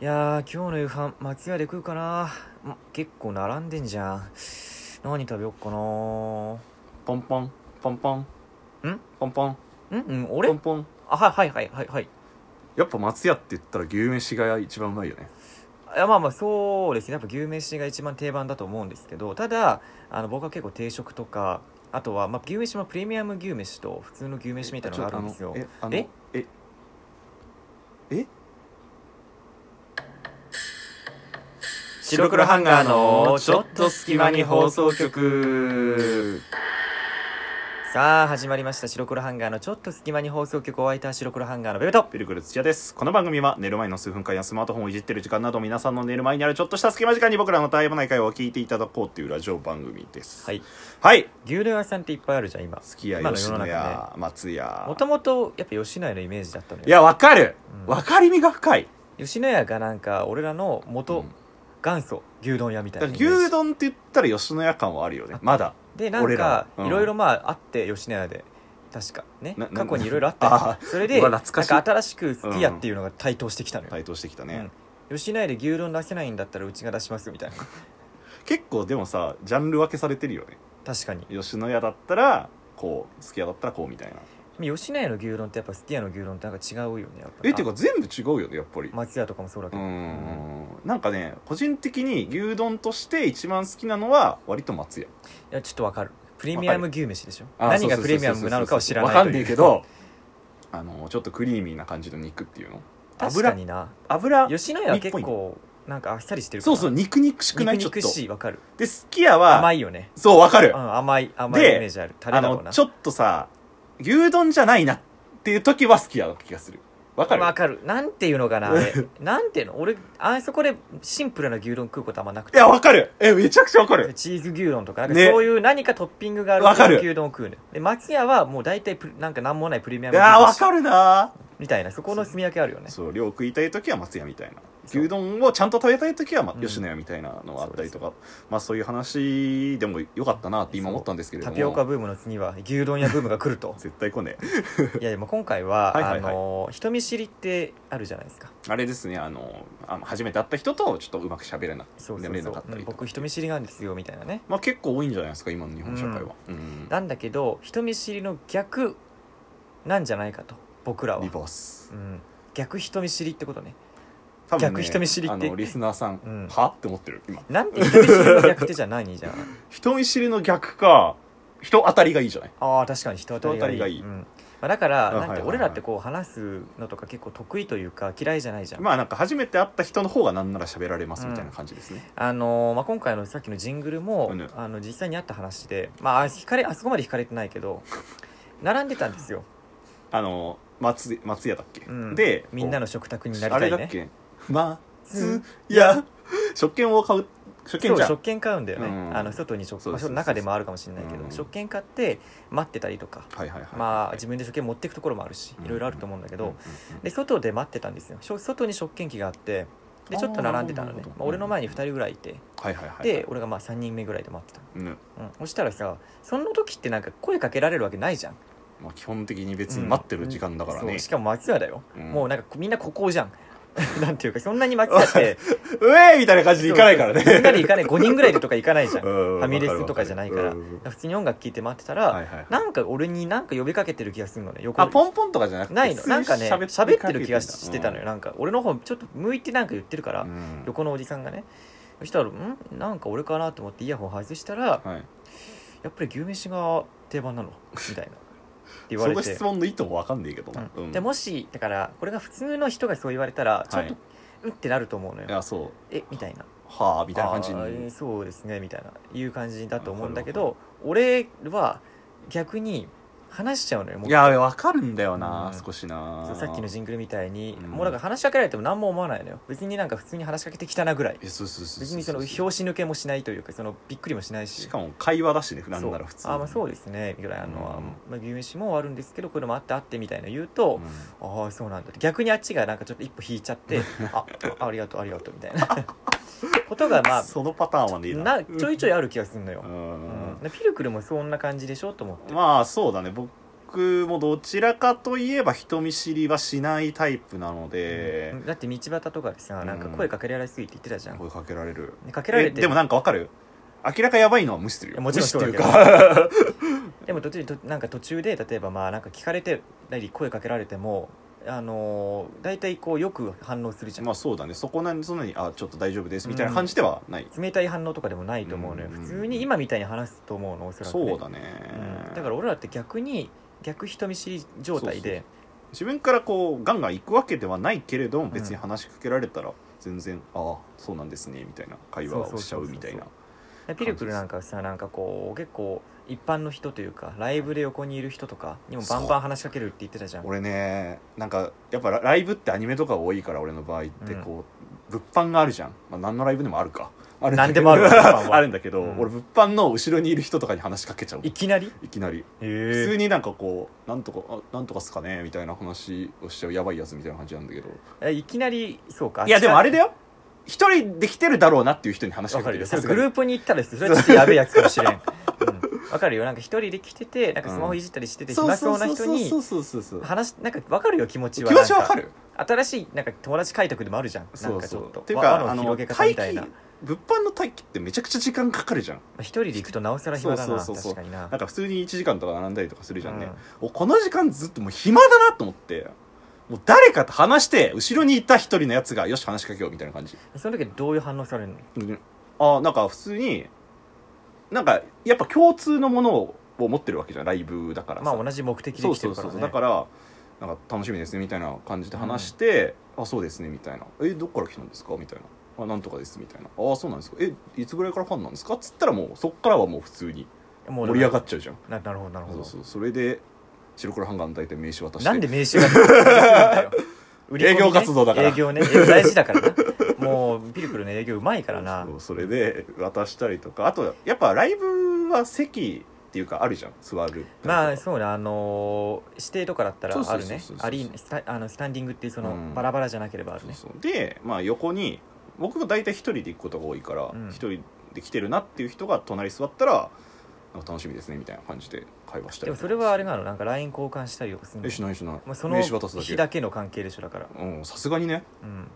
いやー、今日の夕飯、松屋で食うかなま結構並んでんじゃん。何食べよっかなーポンポンポンポンんポンポンんうん、ポ俺ンポンあ、はいはいはいはいはい。やっぱ松屋って言ったら牛飯が一番うまいよねいやまあまあそうですねやっぱ牛飯が一番定番だと思うんですけどただあの僕は結構定食とかあとは、まあ、牛飯もプレミアム牛飯と普通の牛飯みたいなのがあるんですよえあのええええ白黒ハンガーのちょっと隙間に放送局さあ始まりました白黒ハンガーのちょっと隙間に放送局を開いた白黒ハンガーのベルトピルクル土屋ですこの番組は寝る前の数分間やスマートフォンをいじってる時間など皆さんの寝る前にあるちょっとした隙間時間に僕らの絶え間ない会話を聞いていただこうっていうラジオ番組ですはいはい牛丼屋さんっていっぱいあるじゃん今好きや今の世吉の野中ね家松屋もともとやっぱ吉野家のイメージだったのよいやわかるうんわかりみが深い吉野家がなんか俺らの元、うん元祖牛丼屋みただいかならイメージ牛丼って言ったら吉野家感はあるよねまだでなん俺からうんいろいろまああって吉野家で確かねなな過去にいろいろあったあよそれでうわなん懐かかしい新しくすき家っていうのが台頭してきたのよ、台頭してきたね、うん吉野家で牛丼出せないんだったらうちが出しますみたいな結構でもさジャンル分けされてるよね確かに吉野家だったらこうすき家だったらこうみたいな吉野家の牛丼ってやっぱすき家の牛丼ってなんか違うよねやっぱえっていうか全部違うよねやっぱり松屋とかもそうだけうど、んなんかね個人的に牛丼として一番好きなのは割と松屋いやちょっとわかるプレミアム牛飯でしょあ何がそうプそレうそうそうミアムなのかは知らないわかとんないういけど あのちょっとクリーミーな感じの肉っていうの確かにな油油吉野家は結構なんかあっさりしてるかそらうそう肉肉しくない肉々ちょっとしいわかるで好き家は甘いよねそうわかるうん甘い甘いイメージあるタレあだろうのなちょっとさ牛丼じゃないなっていう時は好きや気がするわかるわかるなんていうの かなあれなんていうの俺あそこでシンプルな牛丼食うことあんまなくいてやわかるえめちゃくちゃわかるチーズ牛丼とかなんかねそういう何かトッピングがわあかるる牛丼を食うのよで松屋はもう大体プなんか何もないプレミアいムやわ牛丼かるなみたいなそこの住み分けあるよねそう量食いたい時は松屋みたいなそう牛丼をちゃんと食べたい時は、まうん吉野家みたいなのがあったりとか、そまあそういう話でもよかったなって今思ったんですけれどタもピオカブームの次は牛丼屋ブームが来ると絶対来ねえいやでも今回ははいはいはいあのー人見知りってあるじゃないですかあれですねあのあの初めて会った人とちょっとうまく喋れなそうそう眠れそなかうっうたんりとか、僕人見知りなんですよみたいなねまあ結構多いんじゃないですか今の日本社会は、うんなんだけど人見知りの逆なんじゃないかと僕らはリバースうん、逆人見知りってことね多分ね逆人見知りってあのリスナーさん、うんはって思ってる今なんて人見知りの逆手じゃないじゃん人見知りの逆か人当たりがいいじゃない ああ確かに人当たりがいい人当たりうがいいんまあ、だからあなんはていはいはい俺らってこう話すのとか結構得意というか嫌いじゃないじゃん、まあなんか初めて会った人の方がなんなら喋られますみたいな感じですね、あのーまあ、今回のさっきのジングルも、うんねあの実際にあった話で、まあ、あ惹かれあそこまで惹かれてないけど並んでたんですよ、あの松松屋だっけ、うん、でみんなのの食卓になりたいあれだっねけ松屋食券を買う食そ券うじゃん食券買うんだよね、うんあの外に食、そうまあ、そうそう中でもあるかもしれないけど、うん食券買って待ってたりとか、はいはいはいまあ、自分で食券持っていくところもあるしうんいろいろあると思うんだけど、うんうんうんで外で待ってたんですよしょ外に食券機があってでちょっと並んでたのねあーなるほどまあ、俺の前に2人ぐらいいて、はいはいはいで、俺がまあ3人目ぐらいで待ってたうんの、うん、そしたらさそんな時ってなんか声かけられるわけないじゃんまあ、基本的に別に待ってる時間だからそねうし、かも松屋だよ、うんもうなんかみんな孤高じゃん なんていうかそんなに松屋って うえーみたいな感じで行かないからそねうそうそうみんなで行かない5人ぐらいでとか行かないじゃん うフんァミレスとかじゃないからわるわる普通に音楽聴いて待ってたうら、んはいはいはいなんか俺になんか呼びかけてる気がするのね横あにポンポンとかじゃなくてないの普通になんかねりかけ喋ってんだる気がしてたのよ、なんか俺の方ちょっと向いてなんか言ってるから、うん横のおじさんがねそしたら「んなんか俺かな?」と思ってイヤホン外したら「はい、やっぱり牛飯が定番なの」みたいなって言わそれのて質問の意図もわかんねえけどな、ううんんでもしだからこれが普通の人がそう言われたらちょっと、はいうってなると思うのいよやそうえみたいなはあみみたいな感じにそうですねみたいないう感じだと思うんだけど俺は逆に話しちゃうのよもういやわかるんだよな、うん少しなそうさっきのジングルみたいに、うんもうなんか話しかけられても何も思わないのよ別になんか普通に話しかけてきたなぐらいえそうそうそう別にその拍子抜けもしないというかそのびっくりもしないししかも会話だしね普段なら普通そうあまあそうでですねぐらいあの、うんまあ、牛飯もあるんですけどこれもあってあってみたいな言うと、ああそうなんだって逆にあっちがなんかちょっと一歩引いちゃってああありがとうありがとうみたいなことがまあそのパターンはねえなちょいちょいある気がするのうよ、んうんでピルクルもそんな感じでしょと思って、まあそうだね僕僕もどちらかといえば人見知りはしないタイプなので、だって道端とかでさなんか声かけられすぎって言ってたじゃん、声かけられるねかけられえてでもなんかわかる明らかやばいのは無視すいるよやもちろん無視っていうそうか でも途中となんか途中で例えばまあなんか聞かれてたり声かけられてもあのー大体こうよく反応するじゃん、まあそうだねそこなにそんなにあちょっと大丈夫ですみたいな感じではない、冷たい反応とかでもないと思うのよ、うん普通に今みたいに話すと思うのおそらくね、そうだね、うんだから俺らって逆に逆人見知り状態で自分からこうガンガン行くわけではないけれども別に話しかけられたら全然、ああそうなんですねみたいな会話をしちゃうみたいなそピルクルなんかさなんかこう結構一般の人というかライブで横にいる人とかにもバンバン話しかけるって言ってたじゃん俺ねなんかやっぱラライブってアニメとか多いから俺の場合ってうんこう、物販があるじゃん、まあ、何のライブでもあるかあるんだ何けでどもあ るわあるんだけど、うん俺物販の後ろにいる人とかに話しかけちゃういきなりいきなり普え通になんかこう「なんとかあなんとかっすかね」みたいな話をしちゃうやばいやつみたいな感じなんだけどいきなりそうかいやでもあれだよよ一人できてるだろうなっていう人に話しわかかけるてよそるれさすがグにループに行ったらそれはちょっとやべえやつかもしれん うんわかるよなんか一人で来ててなんかスマホいじったりしてて暇そうな人にそうそうそうそうそう話なんかわかるよ気持ちは気持ちわなんかる新しいなんか友達開拓でもあるじゃんなそんうかちそょっうとっていう輪かのあの広げ待方み機たいな物ま販の待機ってめちゃくちゃ時間かかるじゃんあ一人で行くとなおさら暇だなそうそうそうそう確かにななんか普通に1時間とか並んだりとかするじゃんね、うんおこの時間ずっともう暇だなと思ってもう誰かと話して後ろにいた一人のやつがよし話しかけようみたいな感じその時どういう反応されるのあーなんか普通になんかやっぱ共通のものを持ってるわけじゃんライブだからさ、まあ同じ目的でそう来てそうるかそらうそうねだからなんか楽しみですねみたいな感じで話して、あそうですねみたいなえどっから来たんですかみたいなあなんとかですみたいなあそうなんですかえいつぐらいからファンなんですかっつったらもうそっからはもう普通にもう盛り上がっちゃうじゃんななるほどなるほそうどそうそれで白黒ハンガーの大体名刺渡してなんで名刺が出てくるんだよ売り込みね 営業活動だから営業ね営業大事だからなもうピルクルの営業うまいからなそうそれで渡したりとかあとやっぱライブは席っていうかあるじゃん座るまあそうねあのー指定とかだったらあるそうそうねそうそうそうアリーナスタあのスタンディングっていうその、うんバラバラじゃなければあるねそうそうで、まあ、横に僕が大体一人で行くことが多いからうん一、人で来てるなっていう人が隣座ったらなんか楽しみですねみたいな感じで会話したでりもとそかれはあれなのなんか LINE 交換したりとかするのえしないしないもうその名刺渡すだ日けだけの関係でしょだからうんさすがにねうん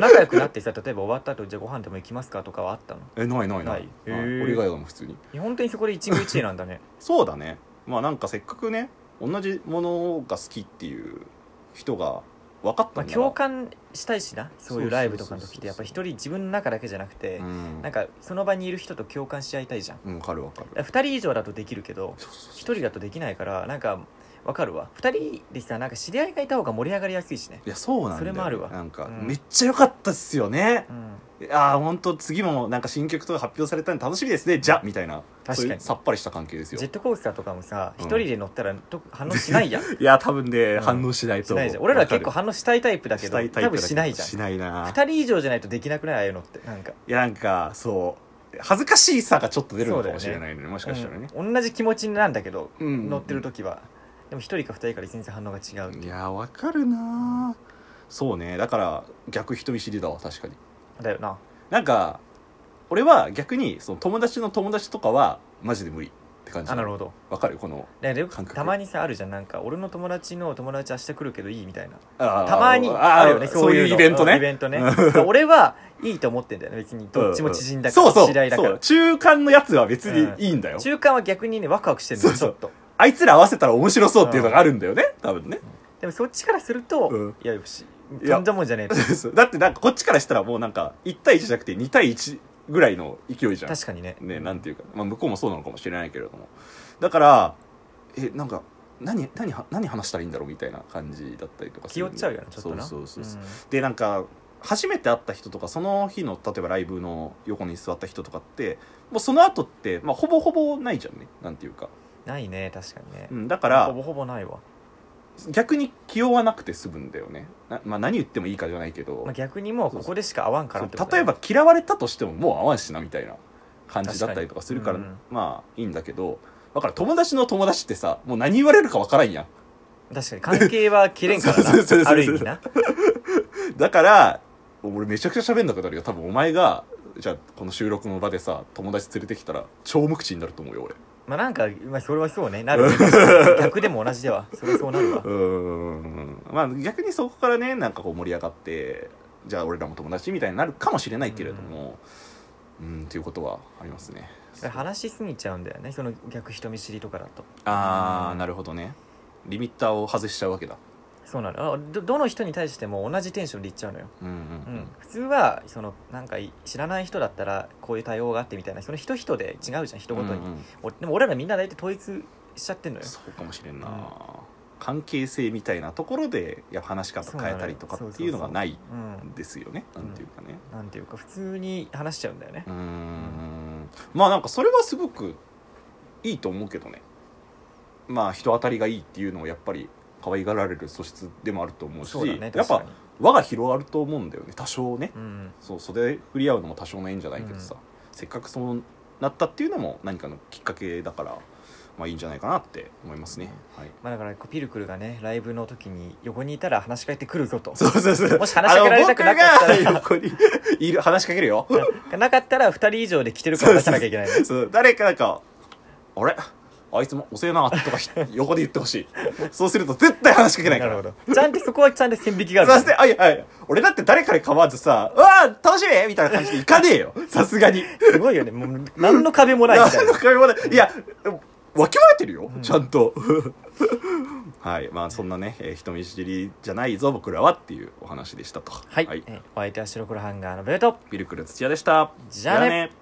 仲良くなってさ例えば終わった後じゃあご飯でも行きますかとかはあったのえないないなないいへはいー俺以外はもう普通にいや本当にそこで一期一会なんだ ねそうだねまあなんかせっかくね同じものが好きっていう人が分かっまたあんだ共感したいしなそういうライブとかのそうそ時うそうっそうてやっぱ一人自分の中だけじゃなくて、うんなんかその場にいる人と共感し合いたいじゃんうん分かる分かる2人以上だとできるけどそうそうそう1人だとできないからなんかわかるわ2人でさなんか知り合いがいた方が盛り上がりやすいしねいやそうなんだよそれもあるわなんか、うんめっちゃ良かったっすよねうんああ本当次もなんか新曲とか発表されたんで楽しみですねじゃみたいなかにそういうさっぱりした関係ですよジェットコースターとかもさうん1人で乗ったらと反応し ないやんいや多分ね、うん反応しないとし思うないじゃん俺ら結構わか反応したいタイプだるけしどたいタイ多分プだけどしないじゃんしないな2人以上じゃないとできなくないああいうのってなんかいやなんかそう恥ずかしさがちょっと出るのかもしれないねもしかしたらね、うん同じ気持ちなんだけどうん乗ってる時はでも1人か2人から全然反応が違ういやわかるなそうねだから逆人見知りだわ確かにだよななんか俺は逆にその友達の友達とかはマジで無理って感じあなるほどわかるこのだからよく感覚たまにさあるじゃんなんか俺の友達の友達明日来るけどいいみたいなあーたまにあーあるよねそういうのイベントねうんイベントねだから俺はいいと思ってんだよね別にどっちも縮んだからうんそうそう知り合いだかそうら中間のやつは別にいいんだよ、中間は逆にねワクワクしてるのそようちそうょっとあいつら合わせたら面白そうっていうのがあるんだよね、多分ね、でもそっちからするとうんいやよしいやとんだもんじゃねえとそうだってなんかこっちからしたらもうなんか1対1じゃなくて2対1ぐらいの勢いじゃん確かにねねなんていうか、まあ、向こうもそうなのかもしれないけれどもだからえなんか何何は何話したらいいんだろうみたいな感じだったりとかす気る負んっでちゃうよねちょっとなそうそうそうそう、うんでなんか初めて会った人とかその日の例えばライブの横に座った人とかってもうその後って、まあ、ほぼほぼないじゃんねなんていうか、ないね確かにねうん、だほからぼほぼないわ逆に気負わなくて済むんだよねな、まあ、何言ってもいいかじゃないけど、まあ逆にもうここでしか会わんからってそことうだ例えよねば嫌われたとしてももう会わんしなみたいな感じだったりとかするから確かにまあいいんだけどだから友達の友達ってさもう何言われるかわからんやん確かに関係は切れんからなそうそうそうそうある意味なだから俺めちゃくちゃ喋んなくなるよ多分お前がじゃあこの収録の場でさ友達連れてきたら超無口になると思うよ俺まあなんか、まあ、それはそうねな る逆でも同じではそれはそうなるわうーんまあ逆にそこからねなんかこう盛り上がってじゃあ俺らも友達みたいになるかもしれないけれどもうんということはありますね話しすぎちゃうんだよねその逆人見知りとかだとああうんなるほどねリミッターを外しちゃうわけだそうなのあどどの人に対しても同じテンションでいっちゃうのよ、うんううんん、普通はそのなんかい知らない人だったらこういう対応があってみたいなその人人で違うじゃん人うんごとに、うんうんおでも俺らみんな大体統一しちゃってんのよそうかもしれんな、うん関係性みたいなところでやっぱ話し方変えたりとかっていうのがないうんんですよねなんていうかねなんていうか普通に話しちゃうんだよねうーんまあなんかそれはすごくいいと思うけどねまあ人当たりがいいっていうのをやっぱり可愛がられる素質でもあると思うしそうだねやっ確かぱに輪が広がると思うんだよね多少ね、うんそう袖振り合うのも多少の縁じゃないけどさ、せっかくそうなったっていうのも何かのきっかけだからまあいいんじゃないかなって思いますね、はいまあだからこうピルクルがねライブの時に横にいたら話しかけてくるぞとそうそうそうもし話しかけられたくなかったらあの僕が横にいる話しかけるよな なかったら2人以上で来てるから出さなきゃいけないの そう誰かなんか「あれあいつも遅えな」とかひ横で言ってほし いそうすると絶対話しかけないからなるほどちゃんとそこはちゃんと線引きがあるそして「あいやいや俺だって誰かに構わずさ「うわー楽しみ!」みたいな感じで行かねえよ さすがにすごいよねもう何の壁もないみたい何のな会話もないいやわきまえてるよ、ちゃんと はいまあそんなね、えー人見知りじゃないぞ僕らはっていうお話でしたとはい、えーお相手は白黒ハンガーのベルトピルクル土屋でしたじゃあねじゃあね